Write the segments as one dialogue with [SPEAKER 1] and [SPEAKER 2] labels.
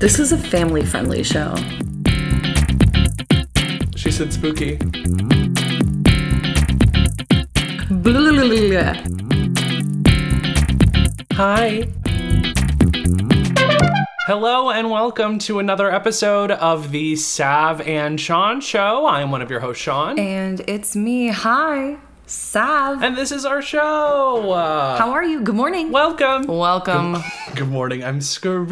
[SPEAKER 1] This is a family friendly show.
[SPEAKER 2] She said spooky.
[SPEAKER 1] Blah.
[SPEAKER 2] Hi. Hello and welcome to another episode of the Sav and Sean Show. I'm one of your hosts, Sean,
[SPEAKER 1] And it's me. Hi, Sav.
[SPEAKER 2] and this is our show. Uh,
[SPEAKER 1] How Oh. are you? Good morning.
[SPEAKER 2] welcome.
[SPEAKER 1] Welcome.
[SPEAKER 2] Good morning. I'm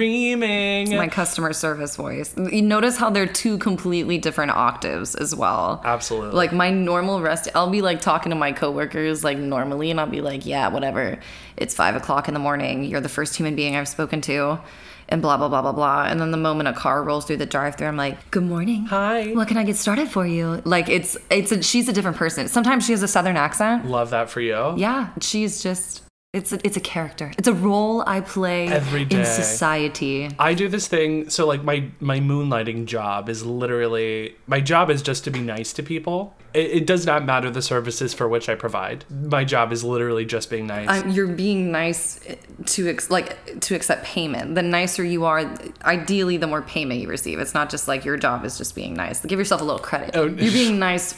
[SPEAKER 2] screaming.
[SPEAKER 1] My customer service voice. You notice how they're two completely different octaves as well.
[SPEAKER 2] Absolutely.
[SPEAKER 1] Like my normal rest, I'll be like talking to my coworkers like normally, and I'll be like, yeah, whatever. It's five o'clock in the morning. You're the first human being I've spoken to, and blah, blah, blah, blah, blah. And then the moment a car rolls through the drive through, I'm like, good morning.
[SPEAKER 2] Hi.
[SPEAKER 1] What can I get started for you? Like it's, it's, a, she's a different person. Sometimes she has a southern accent.
[SPEAKER 2] Love that for you.
[SPEAKER 1] Yeah. She's just, it's a, it's a character. It's a role I play
[SPEAKER 2] Every day.
[SPEAKER 1] in society.
[SPEAKER 2] I do this thing. So like my my moonlighting job is literally my job is just to be nice to people. It, it does not matter the services for which I provide. My job is literally just being nice.
[SPEAKER 1] I'm, Uh, you're being nice uh, to ex- like to accept payment. The nicer you are, ideally, the more payment you receive. It's not just like your job is just being nice. Give yourself a little credit.
[SPEAKER 2] Oh.
[SPEAKER 1] You're being nice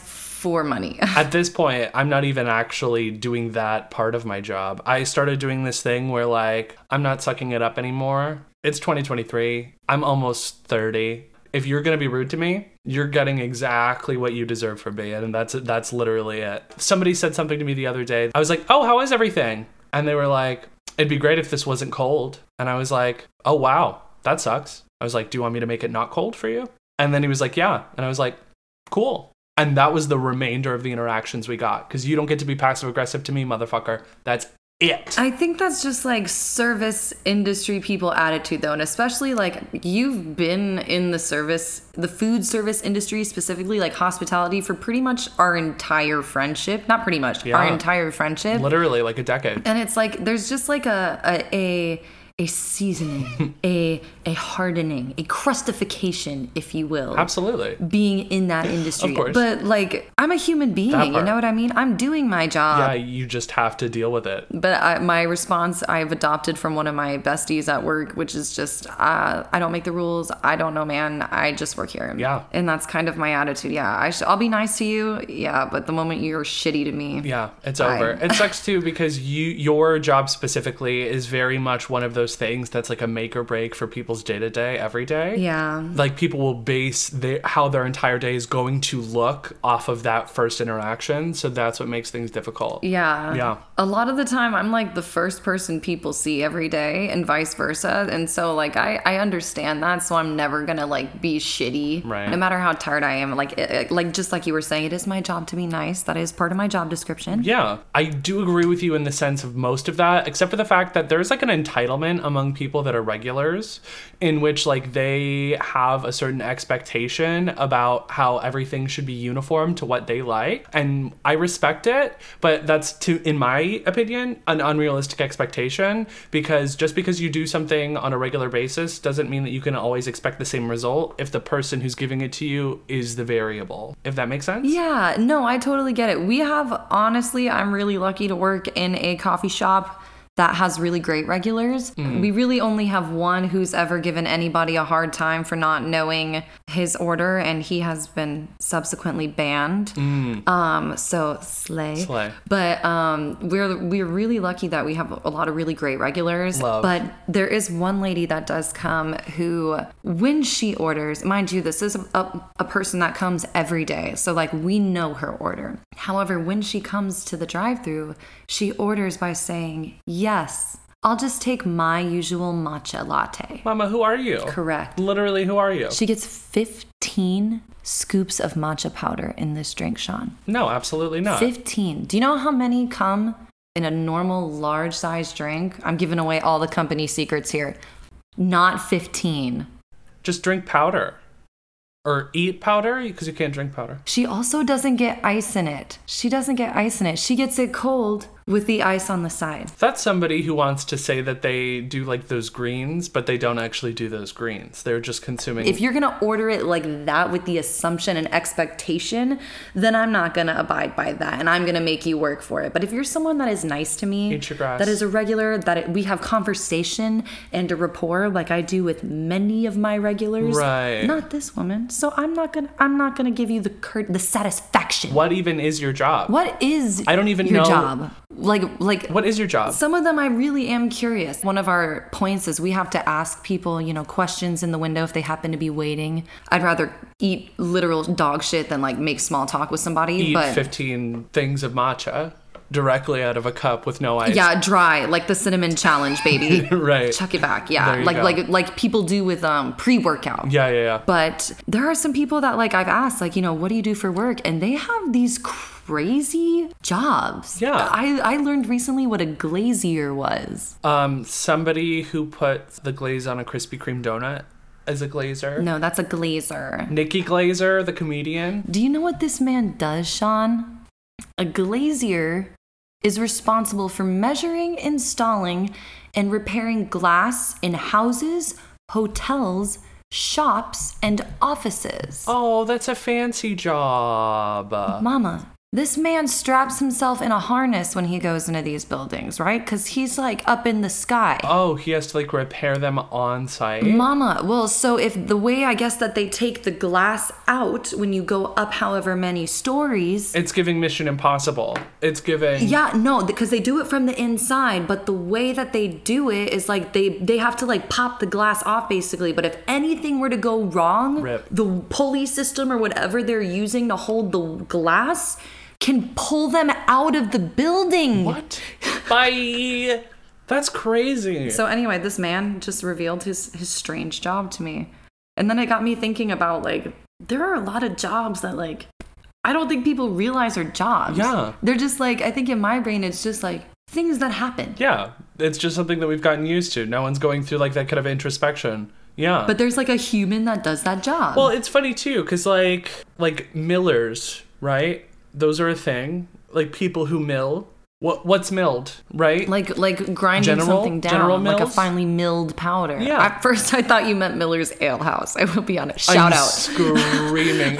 [SPEAKER 1] for money.
[SPEAKER 2] At this point, I'm not even actually doing that part of my job. I started doing this thing where, like, I'm not sucking it up anymore. It's 2023. I'm almost 30. If you're gonna be rude to me, you're getting exactly what you deserve from me, and that's that's literally it. Somebody said something to me the other day. I was like, "Oh, how is everything?" And they were like, "It'd be great if this wasn't cold." And I was like, "Oh wow, that sucks." I was like, "Do you want me to make it not cold for you?" And then he was like, "Yeah," and I was like, cool. And that was the remainder of the interactions we got. Because you don't get to be passive aggressive to me, motherfucker. That's it.
[SPEAKER 1] I think that's just like service industry people attitude though, and especially like you've been in the service, the food service industry specifically, like hospitality for pretty much our entire friendship. Not pretty much, our
[SPEAKER 2] Yeah.
[SPEAKER 1] entire friendship.
[SPEAKER 2] Literally, like a decade.
[SPEAKER 1] and it's like there's just like a a a, a seasoning a a hardening a crustification if you will
[SPEAKER 2] Absolutely.
[SPEAKER 1] being in that industry
[SPEAKER 2] course.
[SPEAKER 1] but like i'm a human being you
[SPEAKER 2] part.
[SPEAKER 1] know what i mean i'm doing my job
[SPEAKER 2] Yeah, you just have to deal with it.
[SPEAKER 1] but I, my response i've adopted from one of my besties at work which is just uh, i don't make the rules i don't know man i just work here
[SPEAKER 2] Yeah.
[SPEAKER 1] and that's kind of my attitude yeah I sh- i'll be nice to you yeah but the moment you're shitty to me
[SPEAKER 2] Yeah, it's
[SPEAKER 1] Fine.
[SPEAKER 2] over. It sucks too because you your job specifically is very much one of those things that's like a make or break for people's day to day every day.
[SPEAKER 1] yeah
[SPEAKER 2] Like people will base their, how their entire day is going to look off of that first interaction, so that's what makes things difficult.
[SPEAKER 1] Yeah.
[SPEAKER 2] Yeah.
[SPEAKER 1] A lot of the time, I'm like the first person people see every day, and vice versa. And so, like, I I understand that. So I'm never gonna like be shitty,
[SPEAKER 2] Right.
[SPEAKER 1] No matter how tired I am. Like, it- it, like just like you were saying, it is my job to be nice. That is part of my job description.
[SPEAKER 2] Yeah, I do agree with you in the sense of most of that, except for the fact that there's like an entitlement among people that are regulars, in which like they have a certain expectation about how everything should be uniform to what they like, and I respect it, but that's to, in my opinion, an unrealistic expectation because just because you do something on a regular basis doesn't mean that you can always expect the same result if the person who's giving it to you is the variable. If that makes sense.
[SPEAKER 1] Yeah, no, I totally get it. We have, honestly, I'm really lucky to work in a coffee shop that has really great regulars. We really only have one who's ever given anybody a hard time for not knowing his order, and he has been subsequently banned. Um, so slay.
[SPEAKER 2] Slay.
[SPEAKER 1] But um, we're we're really lucky that we have a lot of really great regulars.
[SPEAKER 2] Love.
[SPEAKER 1] But there is one lady that does come who, when she orders, mind you, this is a, a person that comes every day, so like we know her order. However, when she comes to the drive-through, she orders by saying, "Yes, I'll just take my usual matcha latte."
[SPEAKER 2] Mama, who are you?
[SPEAKER 1] Correct.
[SPEAKER 2] Literally, who are you?
[SPEAKER 1] She gets 15 scoops of matcha powder in this drink, Sean.
[SPEAKER 2] No, absolutely not.
[SPEAKER 1] 15. Do you know how many come in a normal large size drink, I'm giving away all the company secrets here. Not 15.
[SPEAKER 2] Just drink powder or eat powder because you can't drink powder.
[SPEAKER 1] She also doesn't get ice in it. She doesn't get ice in it. She gets it cold with the ice on the side.
[SPEAKER 2] That's somebody who wants to say that they do like those greens, but they don't actually do those greens. They're just consuming.
[SPEAKER 1] If you're going to order it like that with the assumption and expectation, then I'm not going to abide by that and I'm going to make you work for it. But if you're someone that is nice to me,
[SPEAKER 2] Eat your grass.
[SPEAKER 1] that is a regular, that it, we have conversation and a rapport like I do with many of my regulars,
[SPEAKER 2] Right.
[SPEAKER 1] not this woman. So I'm not going to I'm not going to give you the cur- the satisfaction.
[SPEAKER 2] what even is your job?
[SPEAKER 1] What is
[SPEAKER 2] I don't even
[SPEAKER 1] your
[SPEAKER 2] know-
[SPEAKER 1] job? Like like
[SPEAKER 2] What is your job?
[SPEAKER 1] some of them I really am curious. One of our points is we have to ask people, you know, questions in the window if they happen to be waiting. I'd rather eat literal dog shit than like make small talk with somebody.
[SPEAKER 2] eat
[SPEAKER 1] but
[SPEAKER 2] 15 things of matcha directly out of a cup with no ice.
[SPEAKER 1] yeah, dry like the cinnamon challenge, baby.
[SPEAKER 2] Right.
[SPEAKER 1] Chuck it back. Yeah,
[SPEAKER 2] There you
[SPEAKER 1] like
[SPEAKER 2] go.
[SPEAKER 1] like like people do with um pre-workout.
[SPEAKER 2] Yeah, yeah, yeah.
[SPEAKER 1] But there are some people that like I've asked, like, you know, what do you do for work? And they have these crazy jobs.
[SPEAKER 2] Yeah.
[SPEAKER 1] I, I learned recently what a glazier was.
[SPEAKER 2] Um, somebody who puts the glaze on a Krispy Kreme donut as a glazer.
[SPEAKER 1] No, that's a glazer.
[SPEAKER 2] Nikki Glazer, the comedian.
[SPEAKER 1] Do you know what this man does, Sean? A glazier is responsible for measuring, installing, and repairing glass in houses, hotels, shops, and offices.
[SPEAKER 2] Oh, that's a fancy job.
[SPEAKER 1] Mama, this man straps himself in a harness when he goes into these buildings, right? Because he's like up in the sky.
[SPEAKER 2] Oh, he has to like repair them on site.
[SPEAKER 1] Mama, well, so if the way I guess that they take the glass out when you go up however many stories.
[SPEAKER 2] It's giving Mission Impossible. It's giving.
[SPEAKER 1] Yeah, no, because they do it from the inside, but the way that they do it is like they they have to like pop the glass off basically. But if anything were to go wrong,
[SPEAKER 2] Rip.
[SPEAKER 1] the pulley system or whatever they're using to hold the glass can pull them out of the building.
[SPEAKER 2] What? Bye. That's crazy.
[SPEAKER 1] So anyway, this man just revealed his his strange job to me. And then it got me thinking about like there are a lot of jobs that like I don't think people realize are jobs.
[SPEAKER 2] Yeah.
[SPEAKER 1] They're just like I think in my brain it's just like things that happen.
[SPEAKER 2] yeah, it's just something that we've gotten used to. No one's going through like that kind of introspection. Yeah.
[SPEAKER 1] But um, there's like a human that does that job.
[SPEAKER 2] Well, it's funny too, cause like like millers, right? Those are a thing. Like people who mill. What what's milled, right?
[SPEAKER 1] like like grinding
[SPEAKER 2] General-
[SPEAKER 1] something down
[SPEAKER 2] General
[SPEAKER 1] like a
[SPEAKER 2] Mills?
[SPEAKER 1] finely milled powder.
[SPEAKER 2] Yeah.
[SPEAKER 1] At first I thought you meant Miller's Ale House. I will be honest.
[SPEAKER 2] I'm
[SPEAKER 1] Shout out.
[SPEAKER 2] Screaming.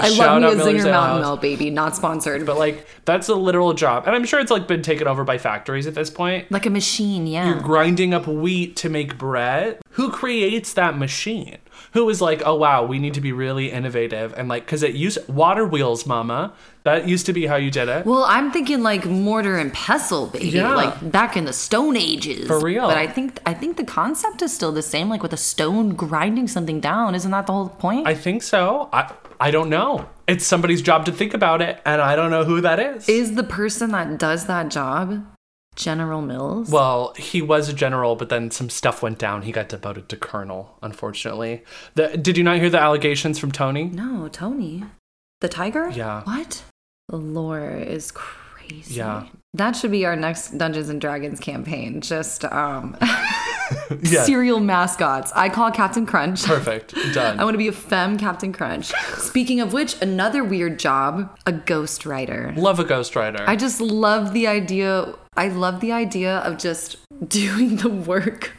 [SPEAKER 1] I love
[SPEAKER 2] Shout out
[SPEAKER 1] me a
[SPEAKER 2] Miller's
[SPEAKER 1] Zinger Mountain
[SPEAKER 2] Outhouse.
[SPEAKER 1] Mill, baby. Not sponsored, but
[SPEAKER 2] But like that's a literal job, and I'm sure it's like been taken over by factories at this point.
[SPEAKER 1] like a machine, yeah.
[SPEAKER 2] grinding up wheat to make bread. Who creates that machine? Who is like, oh wow, we need to be really innovative and like, cause it used water wheels, mama. That used to be how you did it.
[SPEAKER 1] Well, I'm thinking like mortar and pestle, baby,
[SPEAKER 2] Yeah.
[SPEAKER 1] like back in the Stone Ages.
[SPEAKER 2] For real.
[SPEAKER 1] But I think I think the concept is still the same, like with a stone grinding something down. Isn't that the whole point?
[SPEAKER 2] I think so. I I don't know. It's somebody's job to think about it, and I don't know who that is.
[SPEAKER 1] is the person that does that job General Mills?
[SPEAKER 2] well, he was a general, but then some stuff went down. He got demoted to colonel, unfortunately. The, did you not hear the allegations from Tony?
[SPEAKER 1] no, Tony, the tiger.
[SPEAKER 2] Yeah.
[SPEAKER 1] What? The lore is crazy.
[SPEAKER 2] Yeah.
[SPEAKER 1] That should be our next Dungeons and Dragons campaign. Just um,
[SPEAKER 2] Yeah.
[SPEAKER 1] serial mascots. I call Captain Crunch.
[SPEAKER 2] Perfect. Done.
[SPEAKER 1] I want to be a femme Captain Crunch. Speaking of which, another weird job, a ghostwriter.
[SPEAKER 2] Love a ghostwriter.
[SPEAKER 1] I just love the idea. I love the idea of just doing the work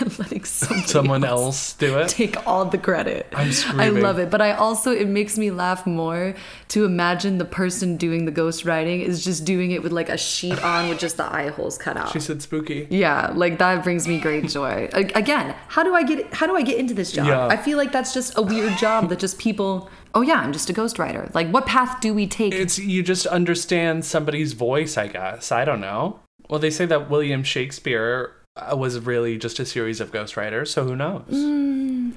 [SPEAKER 1] and letting somebody
[SPEAKER 2] Someone else do it.
[SPEAKER 1] take all the credit.
[SPEAKER 2] I'm
[SPEAKER 1] I
[SPEAKER 2] screaming.
[SPEAKER 1] love it, but I also it makes me laugh more to imagine the person doing the ghostwriting is just doing it with like a sheet on with just the eye holes cut out.
[SPEAKER 2] She said spooky.
[SPEAKER 1] Yeah, like that brings me great joy. A- Again, how do I get how do I get into this job?
[SPEAKER 2] Yeah.
[SPEAKER 1] I feel like that's just a weird job that just people. Oh yeah, I'm just a ghostwriter. Like, what path do we take?
[SPEAKER 2] It's you just understand somebody's voice, I guess. I don't know. Well, they say that William Shakespeare uh, was really just a series of ghostwriters, so who knows?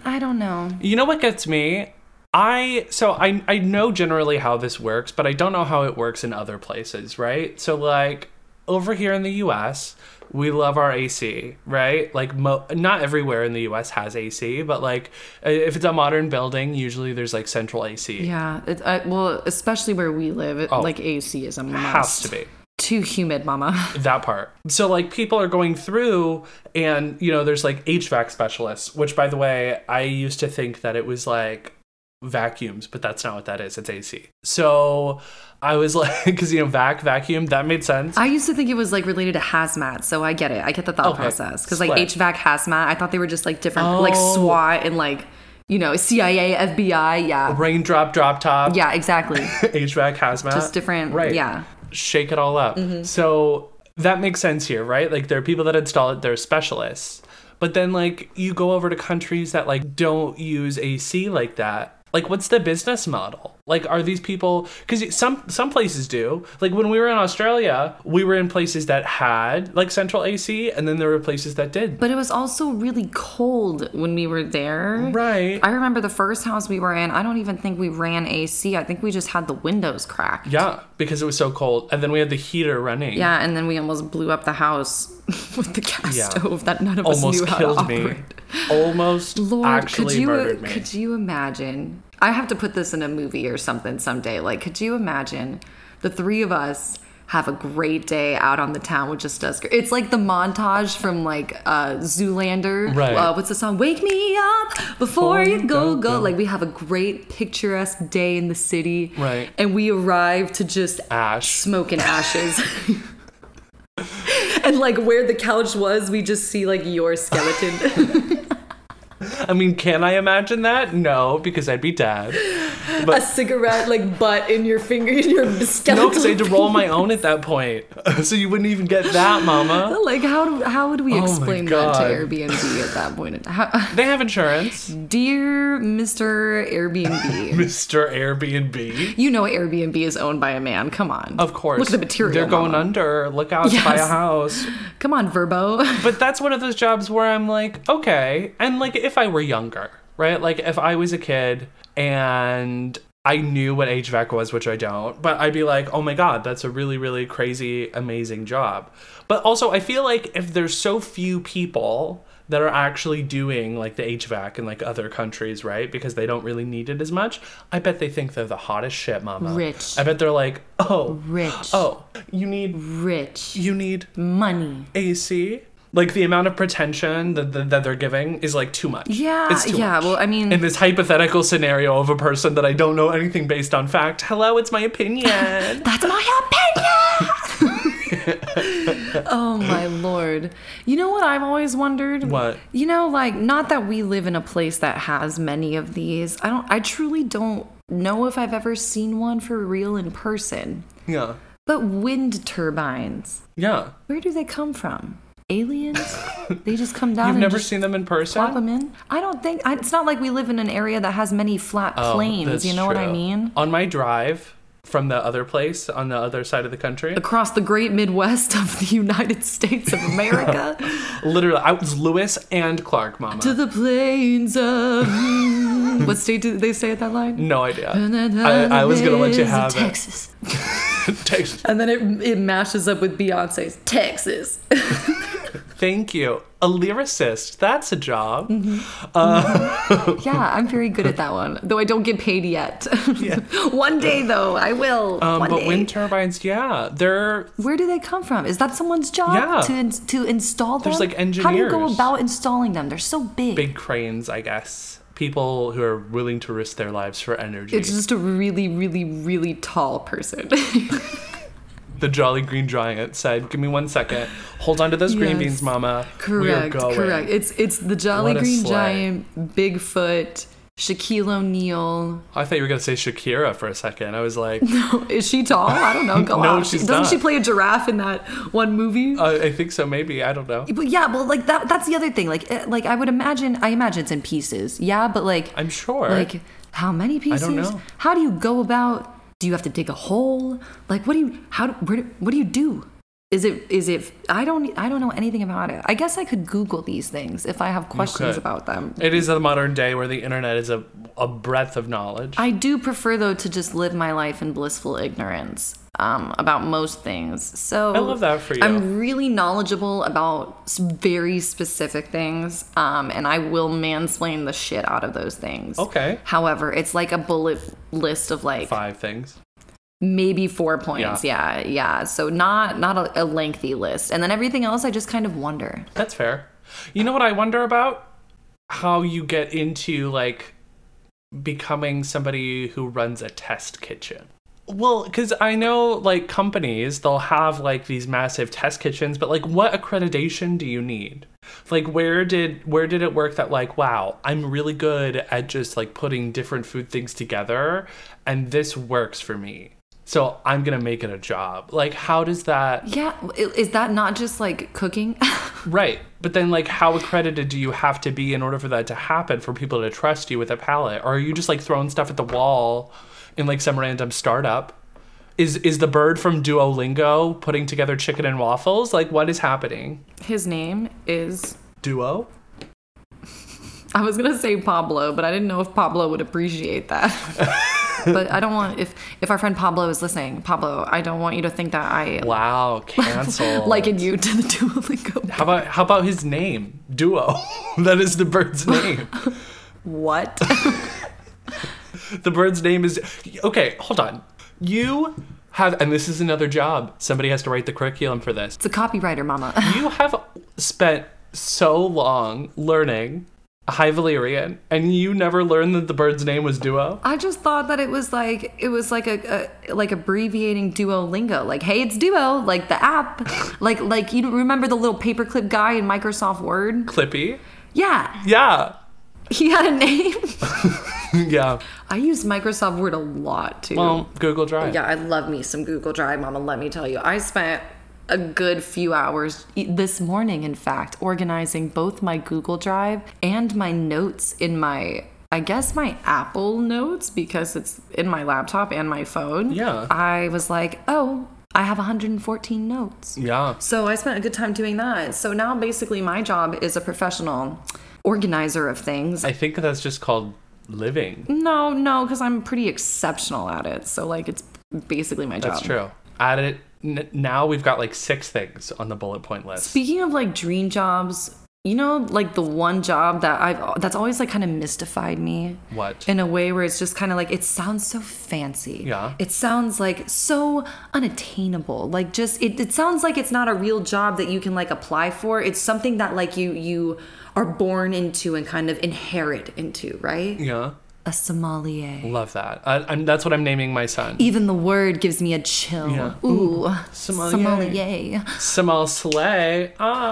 [SPEAKER 1] I don't know.
[SPEAKER 2] You know what gets me? I so I I know generally how this works, but I don't know how it works in other places, right? So like over here in the US, we love our AC, right? Like mo- not everywhere in the US has AC, but like uh, if it's a modern building, usually there's like central AC.
[SPEAKER 1] Yeah, it, I, well, especially where we live, it,
[SPEAKER 2] Oh.
[SPEAKER 1] like AC is a must.
[SPEAKER 2] Has to be.
[SPEAKER 1] too humid, mama.
[SPEAKER 2] that part. So like people are going through and you know there's like HVAC specialists, which by the way, I used to think that it was like vacuums, but that's not what that is. It's AC. So I was like cuz you know vac vacuum, that made sense.
[SPEAKER 1] I used to think it was like related to hazmat, so I get it. I get the thought
[SPEAKER 2] Okay.
[SPEAKER 1] process because like
[SPEAKER 2] Split.
[SPEAKER 1] HVAC hazmat, I thought they were just like different, like
[SPEAKER 2] Oh.
[SPEAKER 1] SWAT and like you know CIA, FBI. Yeah,
[SPEAKER 2] Raindrop drop top,
[SPEAKER 1] yeah, exactly.
[SPEAKER 2] HVAC hazmat.
[SPEAKER 1] Just different.
[SPEAKER 2] Right.
[SPEAKER 1] Yeah.
[SPEAKER 2] shake it all up.
[SPEAKER 1] Mm-hmm.
[SPEAKER 2] So that makes sense here, right? Like there are people that install it, they're specialists. But then like you go over to countries that like don't use AC like that. Like what's the business model? Like are these people cuz some some places do. Like when we were in Australia, we were in places that had like central AC and then there were places that did.
[SPEAKER 1] But it was also really cold when we were there.
[SPEAKER 2] right.
[SPEAKER 1] I remember the first house we were in, I don't even think we ran AC. I think we just had the windows cracked.
[SPEAKER 2] yeah, because it was so cold. And then we had the heater running.
[SPEAKER 1] Yeah, and then we almost blew up the house with the gas
[SPEAKER 2] Yeah.
[SPEAKER 1] stove that none of us
[SPEAKER 2] Almost
[SPEAKER 1] knew how to
[SPEAKER 2] killed me.
[SPEAKER 1] operate.
[SPEAKER 2] Almost
[SPEAKER 1] Lord,
[SPEAKER 2] actually
[SPEAKER 1] could you uh,
[SPEAKER 2] murdered me.
[SPEAKER 1] could you imagine? I have to put this in a movie or something someday. Like, could you imagine the three of us have a great day out on the town with just us? It's like the montage from like uh, Zoolander.
[SPEAKER 2] Right.
[SPEAKER 1] Uh, what's the song? Wake me up before you go, go Like we have a great picturesque day in the city.
[SPEAKER 2] Right.
[SPEAKER 1] And we arrive to just
[SPEAKER 2] Ash.
[SPEAKER 1] smoke and ashes. and like where the couch was, we just see like your skeleton.
[SPEAKER 2] I mean, can I imagine that? No, because I'd be dead.
[SPEAKER 1] a cigarette like butt in your finger in your skeletal.
[SPEAKER 2] No, because I had to roll my own at that point. so you wouldn't even get that, mama.
[SPEAKER 1] Like how do, how would we
[SPEAKER 2] Oh my
[SPEAKER 1] explain that to
[SPEAKER 2] God.
[SPEAKER 1] Airbnb at that point? How,
[SPEAKER 2] They have insurance.
[SPEAKER 1] dear Mr. Airbnb,
[SPEAKER 2] Mr. Airbnb.
[SPEAKER 1] you know Airbnb is owned by a man. Come on,
[SPEAKER 2] Of course.
[SPEAKER 1] Look at the material.
[SPEAKER 2] They're going
[SPEAKER 1] mama.
[SPEAKER 2] under. Look out, buy a
[SPEAKER 1] Yes.
[SPEAKER 2] house.
[SPEAKER 1] Come on, Verbo.
[SPEAKER 2] But that's one of those jobs where I'm like, okay. And like, if I were younger, right? Like, if I was a kid and I knew what HVAC was, which I don't, but I'd be like, oh my God, that's a really, really crazy, amazing job. But also, I feel like if there's so few people that are actually doing like the HVAC in like other countries, right? Because they don't really need it as much, I bet they think they're the hottest shit, mama.
[SPEAKER 1] Rich.
[SPEAKER 2] I bet they're like, oh,
[SPEAKER 1] Rich.
[SPEAKER 2] oh, you need,
[SPEAKER 1] Rich.
[SPEAKER 2] you need
[SPEAKER 1] Money.
[SPEAKER 2] AC. Like the amount of pretension that, that, that they're giving is like too much.
[SPEAKER 1] Yeah,
[SPEAKER 2] it's too
[SPEAKER 1] yeah,
[SPEAKER 2] much.
[SPEAKER 1] well, I mean-
[SPEAKER 2] in this hypothetical scenario of a person that I don't know anything based on fact. Hello, it's my opinion.
[SPEAKER 1] That's my opinion. oh my lord. You know what I've always wondered?
[SPEAKER 2] What?
[SPEAKER 1] You know, like not that we live in a place that has many of these. I don't I truly don't know if I've ever seen one for real in person.
[SPEAKER 2] yeah,
[SPEAKER 1] But wind turbines,
[SPEAKER 2] yeah.
[SPEAKER 1] where do they come from? Aliens? they just come down
[SPEAKER 2] You've
[SPEAKER 1] and
[SPEAKER 2] never
[SPEAKER 1] just
[SPEAKER 2] seen them in
[SPEAKER 1] plop
[SPEAKER 2] person.
[SPEAKER 1] them in? I don't think I, it's not like we live in an area that has many flat
[SPEAKER 2] Oh,
[SPEAKER 1] plains,
[SPEAKER 2] that's
[SPEAKER 1] you know what I
[SPEAKER 2] true.
[SPEAKER 1] mean?
[SPEAKER 2] On my drive from the other place on the other side of the country,
[SPEAKER 1] Across the great Midwest of the United States of America.
[SPEAKER 2] literally, I was Lewis and Clark, mama.
[SPEAKER 1] to the plains of what state did they say at that line?
[SPEAKER 2] no idea. I, I was gonna let you have it.
[SPEAKER 1] Texas.
[SPEAKER 2] Texas.
[SPEAKER 1] And then it it mashes up with Beyonce's Texas.
[SPEAKER 2] Thank you. A lyricist. That's a job.
[SPEAKER 1] yeah, I'm very good at that one, though I don't get paid yet. one day though, I will.
[SPEAKER 2] Um,
[SPEAKER 1] one
[SPEAKER 2] but
[SPEAKER 1] day.
[SPEAKER 2] wind turbines, yeah, they're
[SPEAKER 1] Where do they come from? Is that someone's job
[SPEAKER 2] Yeah.
[SPEAKER 1] to in- to install them?
[SPEAKER 2] There's, like,
[SPEAKER 1] How do you go
[SPEAKER 2] engineers.
[SPEAKER 1] about installing them? They're so big.
[SPEAKER 2] big cranes, I guess. People who are willing to risk their lives for energy.
[SPEAKER 1] It's just a really, really, really tall person.
[SPEAKER 2] the Jolly Green Giant said, "Give me one second. Hold on to those green
[SPEAKER 1] Yes.
[SPEAKER 2] beans, Mama. We are
[SPEAKER 1] Correct,
[SPEAKER 2] going."
[SPEAKER 1] correct. It's it's the Jolly
[SPEAKER 2] What a
[SPEAKER 1] Green
[SPEAKER 2] slay.
[SPEAKER 1] Giant, Bigfoot, Shaquille O'Neal.
[SPEAKER 2] I thought you were gonna say Shakira for a second. I was like,
[SPEAKER 1] Is she tall? I don't know. Go
[SPEAKER 2] No,
[SPEAKER 1] on.
[SPEAKER 2] she's
[SPEAKER 1] Doesn't she
[SPEAKER 2] not.
[SPEAKER 1] play a giraffe in that one movie?
[SPEAKER 2] uh, I think so. Maybe I don't know.
[SPEAKER 1] but yeah, well, like that—that's the other thing. Like, eh, like I would imagine. I imagine it's in pieces. Yeah, but like,
[SPEAKER 2] I'm sure.
[SPEAKER 1] like how many pieces?
[SPEAKER 2] know.
[SPEAKER 1] How do you go about? Do you have to dig a hole? Like, what do you? How? do- Where? do- What do you do? Is it? Is it? I don't. I don't know anything about it. I guess I could Google these things if I have questions
[SPEAKER 2] could.
[SPEAKER 1] about them.
[SPEAKER 2] it is the modern day where the internet is a, a breadth of knowledge.
[SPEAKER 1] I do prefer though to just live my life in blissful ignorance um, about most things. So
[SPEAKER 2] I love that for you.
[SPEAKER 1] I'm really knowledgeable about s- very specific things, um, and I will mansplain the shit out of those things.
[SPEAKER 2] Okay.
[SPEAKER 1] However, it's like a bullet list of like
[SPEAKER 2] Five things.
[SPEAKER 1] maybe four points. Yeah, yeah. So not not a, a lengthy list, and then everything else, I just kind of wonder.
[SPEAKER 2] That's fair. You know what I wonder about? How you get into like becoming somebody who runs a test kitchen. Well, because I know like companies, they'll have like these massive test kitchens, but like what accreditation do you need? Like where did where did it work that like wow, I'm really good at just like putting different food things together and this works for me. So I'm gonna make it a job. Like how does that
[SPEAKER 1] Yeah, i- is that not just like cooking?
[SPEAKER 2] Right. But then, like, how accredited do you have to be in order for that to happen for people to trust you with a palette? Or are you just like throwing stuff at the wall in like some random startup? Is is the bird from Duolingo putting together chicken and waffles? Like, what is happening?
[SPEAKER 1] His name is
[SPEAKER 2] Duo?
[SPEAKER 1] I was gonna say Pablo, but I didn't know if Pablo would appreciate that. but I don't want if if our friend Pablo is listening, Pablo, I don't want you to think that I
[SPEAKER 2] Wow, cancel.
[SPEAKER 1] liken you to the Duolingo.
[SPEAKER 2] how about how about his name? Duo. that is the bird's name.
[SPEAKER 1] What?
[SPEAKER 2] The bird's name is okay. Hold on. You have, and this is another job. Somebody has to write the curriculum for this.
[SPEAKER 1] It's a copywriter, Mama.
[SPEAKER 2] You have spent so long learning High Valyrian, and you never learned that the bird's name was Duo.
[SPEAKER 1] I just thought that it was like it was like a, a like abbreviating Duolingo, like hey, it's Duo, like the app, like like you remember the little paperclip guy in Microsoft Word?
[SPEAKER 2] Clippy.
[SPEAKER 1] Yeah,
[SPEAKER 2] Yeah.
[SPEAKER 1] he had a name.
[SPEAKER 2] Yeah.
[SPEAKER 1] I use Microsoft Word a lot too.
[SPEAKER 2] Well, Google Drive.
[SPEAKER 1] Yeah, I love me some Google Drive, Mama. Let me tell you, I spent a good few hours e- this morning, in fact, organizing both my Google Drive and my notes in my. I guess my Apple Notes because it's in my laptop and my phone.
[SPEAKER 2] Yeah.
[SPEAKER 1] I was like, oh, I have 114 notes.
[SPEAKER 2] Yeah.
[SPEAKER 1] So I spent a good time doing that. So now basically my job is a professional organizer of things.
[SPEAKER 2] I think that's just called living.
[SPEAKER 1] no, no, because I'm pretty exceptional at it. So like it's basically my job.
[SPEAKER 2] That's true. Add it. N- now we've got like six things on the bullet point list.
[SPEAKER 1] Speaking of like dream jobs, you know, like the one job that I've that's always like kind of mystified me
[SPEAKER 2] What?
[SPEAKER 1] in a way where it's just kind of like it sounds so fancy.
[SPEAKER 2] Yeah.
[SPEAKER 1] It sounds like so unattainable. Like just it, it sounds like it's not a real job that you can like apply for. It's something that like you you are born into and kind of inherit into, right?
[SPEAKER 2] yeah.
[SPEAKER 1] A sommelier.
[SPEAKER 2] Love that. I, I'm, that's what I'm naming my son.
[SPEAKER 1] Even the word gives me a chill.
[SPEAKER 2] Yeah.
[SPEAKER 1] Ooh,
[SPEAKER 2] sommelier.
[SPEAKER 1] sommelier.
[SPEAKER 2] Samal Slay. Ah.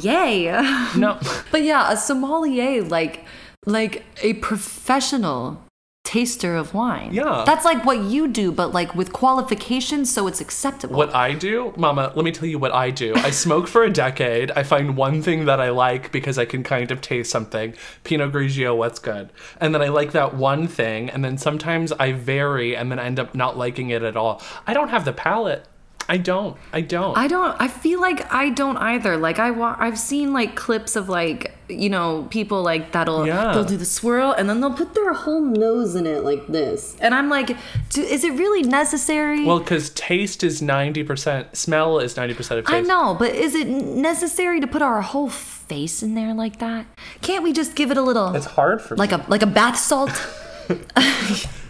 [SPEAKER 1] Sommelier.
[SPEAKER 2] No.
[SPEAKER 1] But yeah, a sommelier, like like a professional taster of wine.
[SPEAKER 2] Yeah.
[SPEAKER 1] that's like what you do, but like with qualifications, so it's acceptable.
[SPEAKER 2] What I do, Mama, let me tell you what I do. I smoke for a decade. I find one thing that I like because I can kind of taste something. Pinot Grigio, what's good? And then I like that one thing, and then sometimes I vary and then I end up not liking it at all. I don't have the palate. I don't. I don't.
[SPEAKER 1] I don't. I feel like I don't either. Like I, wa- I've seen like clips of like you know people like that'll
[SPEAKER 2] Yeah.
[SPEAKER 1] they'll do the swirl and then they'll put their whole nose in it like this, and I'm like, do, is it really necessary?
[SPEAKER 2] well, because taste is 90%, smell is 90% of taste.
[SPEAKER 1] I know, but is it necessary to put our whole face in there like that? Can't we just give it a little?
[SPEAKER 2] It's hard for
[SPEAKER 1] like
[SPEAKER 2] me.
[SPEAKER 1] a like a bath salt.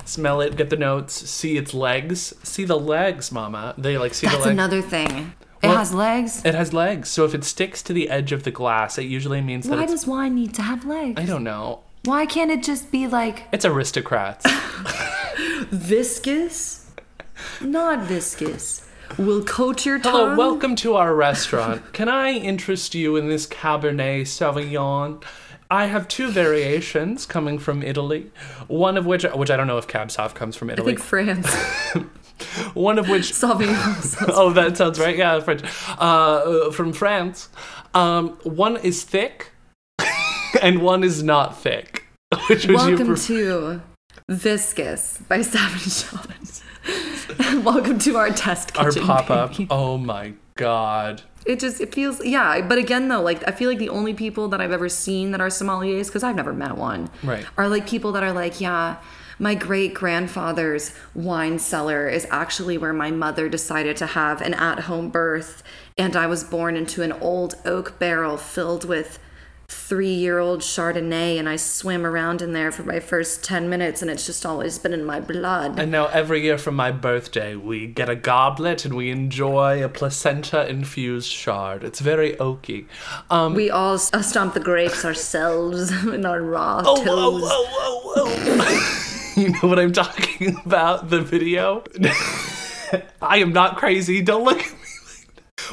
[SPEAKER 2] Smell it, get the notes, see its legs. See the legs, Mama. They like see
[SPEAKER 1] That's
[SPEAKER 2] the legs.
[SPEAKER 1] another thing.
[SPEAKER 2] Well-
[SPEAKER 1] it has legs.
[SPEAKER 2] It has legs, so if it sticks to the edge of the glass, it usually means that
[SPEAKER 1] Why
[SPEAKER 2] it's.
[SPEAKER 1] does wine need to have legs?
[SPEAKER 2] I don't know.
[SPEAKER 1] Why can't it just be like
[SPEAKER 2] It's aristocrats.
[SPEAKER 1] viscous? Not viscous. Will coat your tongue.
[SPEAKER 2] Hello, welcome to our restaurant. Can I interest you in this Cabernet Sauvignon? I have two variations coming from Italy. One of which, which I don't know if Cab Sauv comes from
[SPEAKER 1] I
[SPEAKER 2] Italy.
[SPEAKER 1] think France.
[SPEAKER 2] One of which
[SPEAKER 1] Sauvignon.
[SPEAKER 2] oh, that sounds right. Yeah, French. Uh, Uh, from France. Um, one is thick, and one is not thick. Which would you
[SPEAKER 1] Welcome
[SPEAKER 2] prefer?
[SPEAKER 1] to Viscous by Savage Sean. welcome to our test
[SPEAKER 2] Our
[SPEAKER 1] kitchen.
[SPEAKER 2] pop up.
[SPEAKER 1] baby.
[SPEAKER 2] Oh my god.
[SPEAKER 1] It just it feels yeah, but again though, like I feel like the only people that I've ever seen that are sommeliers, because I've never met one,
[SPEAKER 2] Right.
[SPEAKER 1] are like people that are like, yeah, my great grandfather's wine cellar is actually where my mother decided to have an at-home birth, and I was born into an old oak barrel filled with three year old Chardonnay and I swim around in there for my first 10 minutes and it's just always been in my blood.
[SPEAKER 2] And now every year for my birthday, we get a goblet and we enjoy a placenta infused shard. It's very oaky. Um,
[SPEAKER 1] we all s- uh, stomp the grapes ourselves in our raw
[SPEAKER 2] oh,
[SPEAKER 1] toes.
[SPEAKER 2] whoa, whoa, whoa, whoa. you know what I'm talking about? The video? I am not crazy. Don't look at me. like that.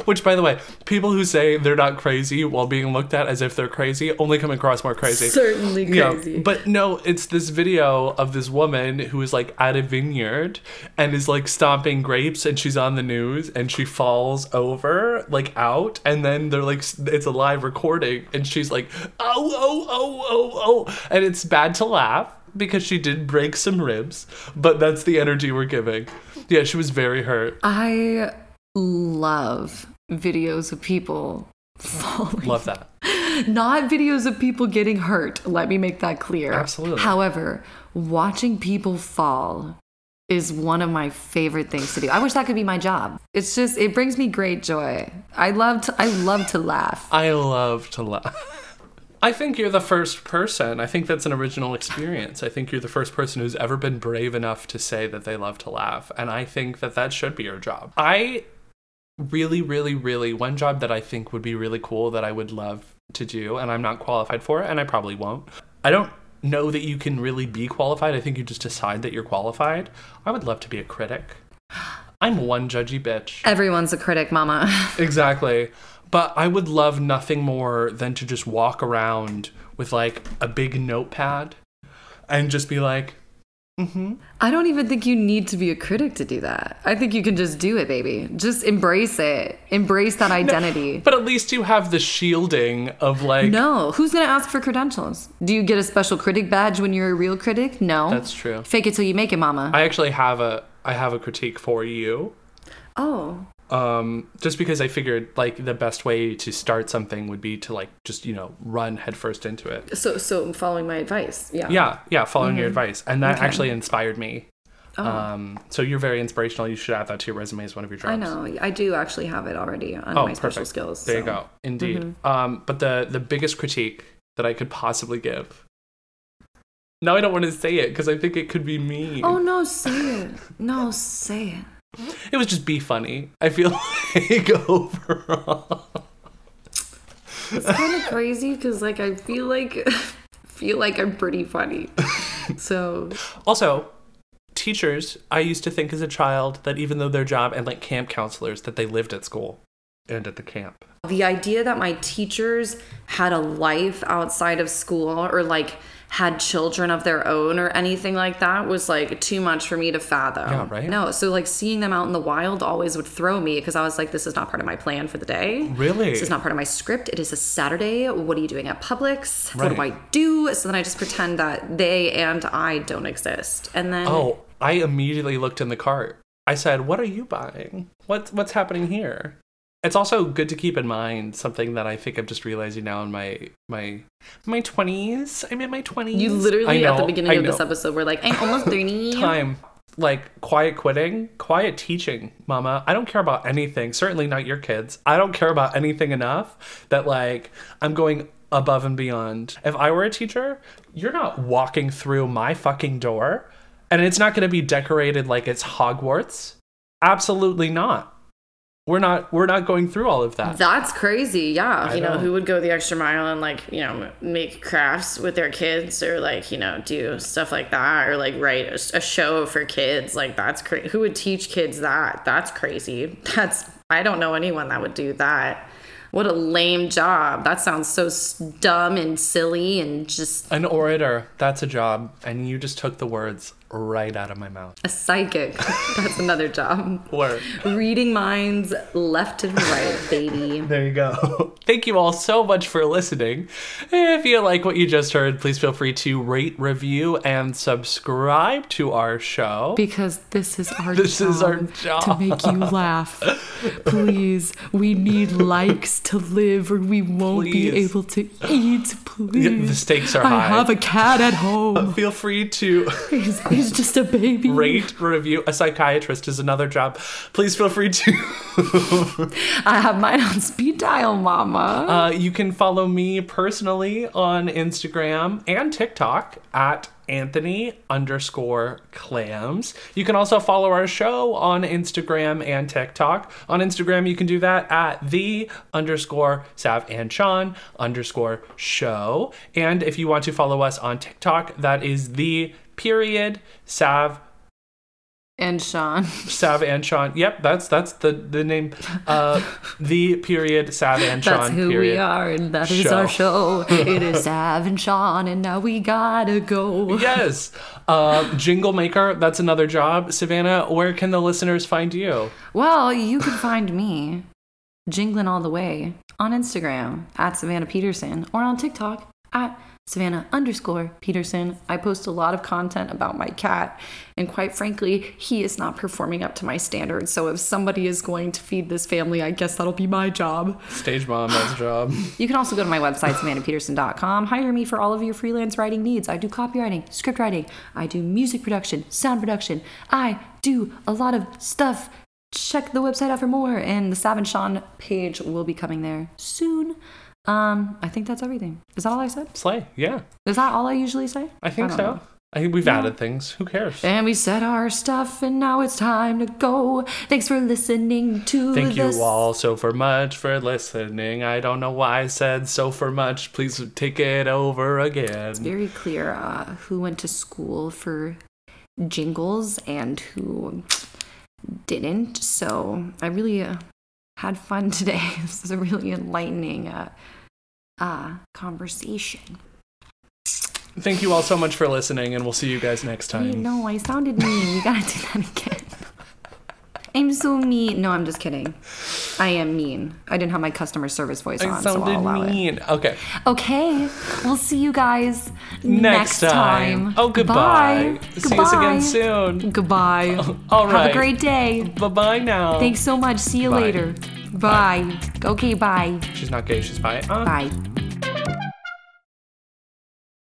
[SPEAKER 2] Which, by the way, people who say they're not crazy while being looked at as if they're crazy only come across more crazy.
[SPEAKER 1] Certainly
[SPEAKER 2] Yeah,
[SPEAKER 1] crazy.
[SPEAKER 2] but no, it's this video of this woman who is like at a vineyard and is like stomping grapes and she's on the news and she falls over like out and then they're like s- it's a live recording and she's like oh oh oh oh oh and it's bad to laugh because she did break some ribs, but that's the energy we're giving. Yeah, she was very hurt.
[SPEAKER 1] I love videos of people falling.
[SPEAKER 2] Love that.
[SPEAKER 1] Not videos of people getting hurt. Let me make that clear.
[SPEAKER 2] Absolutely.
[SPEAKER 1] However, watching people fall is one of my favorite things to do. I wish that could be my job. It's just it brings me great joy. I love to I love to laugh.
[SPEAKER 2] I love to laugh. I think you're the first person. I think that's an original experience. I think you're the first person who's ever been brave enough to say that they love to laugh. And I think that that should be your job. I really, really, really, one job that I think would be really cool that I would love to do, and I'm not qualified for it, and I probably won't. I don't know that you can really be qualified. I think you just decide that you're qualified. I would love to be a critic. I'm one judgy bitch.
[SPEAKER 1] Everyone's a critic, mama.
[SPEAKER 2] Exactly. But I would love nothing more than to just walk around with like a big notepad and just be like,
[SPEAKER 1] I don't even think you need to be a critic to do that. I think you can just do it, baby. Just embrace it. Embrace that identity.
[SPEAKER 2] but at least you have the shielding of like,
[SPEAKER 1] No, who's gonna ask for credentials? Do you get a special critic badge when you're a real critic? No.
[SPEAKER 2] That's true.
[SPEAKER 1] Fake it till you make it, mama.
[SPEAKER 2] I actually have a, I have a critique for you.
[SPEAKER 1] oh.
[SPEAKER 2] Um, just because I figured like the best way to start something would be to like, just, you know, run headfirst into it.
[SPEAKER 1] So so following my advice. Yeah.
[SPEAKER 2] Yeah. Yeah. Following your
[SPEAKER 1] Mm-hmm.
[SPEAKER 2] advice. And that actually inspired me.
[SPEAKER 1] Oh.
[SPEAKER 2] Um, so you're very inspirational. You should add that to your resume as one of your jobs.
[SPEAKER 1] I know. I do actually have it already on my special skills.
[SPEAKER 2] Oh, There you
[SPEAKER 1] so.
[SPEAKER 2] go. Indeed. Um, but the the biggest critique that I could possibly give. Now I don't want to say it because I think it could be mean.
[SPEAKER 1] Oh no, say it. No, say it.
[SPEAKER 2] It was just be funny. I feel like overall.
[SPEAKER 1] It's kind of crazy because like I feel like feel like I'm pretty funny. So
[SPEAKER 2] Also, teachers, I used to think as a child that even though their job and like camp counselors that they lived at school and at the camp.
[SPEAKER 1] the idea that my teachers had a life outside of school or like had children of their own or anything like that was like too much for me to fathom.
[SPEAKER 2] Yeah, right?
[SPEAKER 1] No, so like seeing them out in the wild always would throw me because I was like, this is not part of my plan for the day.
[SPEAKER 2] Really?
[SPEAKER 1] This is not part of my script. It is a Saturday. What are you doing at Publix? What do I
[SPEAKER 2] Right.
[SPEAKER 1] do? So then I just pretend that they and I don't exist. And then
[SPEAKER 2] Oh, I immediately looked in the cart. I said, "What are you buying? What's what's happening here?" It's also good to keep in mind something that I think I'm just realizing now in my my my twenties. I'm in my twenties.
[SPEAKER 1] you literally at the beginning of this episode were like, I'm almost 30.
[SPEAKER 2] time like quiet quitting, quiet teaching, mama. I don't care about anything. Certainly not your kids. I don't care about anything enough that like I'm going above and beyond. If I were a teacher, you're not walking through my fucking door and it's not going to be decorated like it's Hogwarts. Absolutely not. We're not we're not going through all of that.
[SPEAKER 1] That's crazy. Yeah. you know,
[SPEAKER 2] know.
[SPEAKER 3] who would go the extra mile and like you know make crafts with their kids or like you know do stuff like that or like write a, s- a show for kids like that's crazy who would teach kids that that's crazy that's i don't know anyone that would do that what a lame job that sounds so s- dumb and silly and just
[SPEAKER 2] An orator, that's a job and you just took the words right out of my mouth.
[SPEAKER 1] a psychic. That's another job.
[SPEAKER 2] Word.
[SPEAKER 1] Reading minds left and right, baby.
[SPEAKER 2] There you go. Thank you all so much for listening. If you like what you just heard, please feel free to rate, review, and subscribe to our show.
[SPEAKER 1] Because this is our
[SPEAKER 2] This
[SPEAKER 1] job
[SPEAKER 2] is our
[SPEAKER 1] to
[SPEAKER 2] job.
[SPEAKER 1] make you laugh. Please, we need likes to live, or we won't be
[SPEAKER 2] Please.
[SPEAKER 1] able to eat. Please,
[SPEAKER 2] the stakes are
[SPEAKER 1] I
[SPEAKER 2] high.
[SPEAKER 1] have a cat at home.
[SPEAKER 2] Feel free to
[SPEAKER 1] Please
[SPEAKER 4] he's just a baby.
[SPEAKER 2] Rate, review. A psychiatrist is another job. Please feel free to.
[SPEAKER 4] I have mine on speed dial, mama.
[SPEAKER 2] uh, you can follow me personally on Instagram and TikTok at Anthony underscore clams. You can also follow our show on Instagram and TikTok. On Instagram, you can do that at the underscore Sav and Sean underscore show. And if you want to follow us on TikTok, that is the period Sav
[SPEAKER 4] and Sean.
[SPEAKER 2] Sav and Sean. Yep, that's that's the the name. Uh, the period Sav and Sean.
[SPEAKER 4] That's who
[SPEAKER 2] period.
[SPEAKER 4] we are, and that is
[SPEAKER 2] Show.
[SPEAKER 4] our show. it is Sav and Sean, and now we gotta go.
[SPEAKER 2] Yes, uh, jingle maker. That's another job. Savannah, where can the listeners find you?
[SPEAKER 4] Well, you can find me jingling all the way on Instagram at Savannah Peterson or on TikTok at Savannah underscore Peterson. I post a lot of content about my cat, and quite frankly, he is not performing up to my standards. So if somebody is going to feed this family, I guess that'll be my job.
[SPEAKER 2] Stage mom. That's a job.
[SPEAKER 4] You can also go to my website, savannahpeterson.com. Hire me for all of your freelance writing needs. I do copywriting, script writing, I do music production, sound production. I do a lot of stuff. Check the website out for more, and the Sav and Sean page will be coming there soon. Um, I think that's everything. Is that all I said?
[SPEAKER 2] Slay. Yeah,
[SPEAKER 4] Is that all I usually say?
[SPEAKER 2] I think
[SPEAKER 4] don't
[SPEAKER 2] so.
[SPEAKER 4] know.
[SPEAKER 2] I think we've added things. Who cares?
[SPEAKER 4] And we said our stuff, and now it's time to go. Thanks for listening to
[SPEAKER 2] Thank
[SPEAKER 4] this.
[SPEAKER 2] you all so for much for listening. I don't know why I said so for much. Please take it over again.
[SPEAKER 4] very clear uh, who went to school for jingles and who didn't. So I really uh, had fun today. this is a really enlightening uh, uh, conversation.
[SPEAKER 2] Thank you all so much for listening, and we'll see you guys next time.
[SPEAKER 4] You know, I sounded mean. You gotta do that again. I'm so mean. No, I'm just kidding. I am mean. I didn't have my customer service voice
[SPEAKER 2] I
[SPEAKER 4] on, so I'll
[SPEAKER 2] sounded
[SPEAKER 4] allow it.
[SPEAKER 2] mean. Okay.
[SPEAKER 4] Okay, we'll see you guys
[SPEAKER 2] Next
[SPEAKER 4] next,
[SPEAKER 2] time.
[SPEAKER 4] time.
[SPEAKER 2] Oh, goodbye.
[SPEAKER 4] Goodbye.
[SPEAKER 2] See us again
[SPEAKER 4] Goodbye.
[SPEAKER 2] soon.
[SPEAKER 4] Goodbye.
[SPEAKER 2] All
[SPEAKER 4] Have
[SPEAKER 2] right.
[SPEAKER 4] a great day.
[SPEAKER 2] Bye bye now.
[SPEAKER 4] Thanks so much. See you
[SPEAKER 2] Bye.
[SPEAKER 4] later. Bye. Okay, bye.
[SPEAKER 2] She's not gay. She's bi. Uh,
[SPEAKER 4] Bye.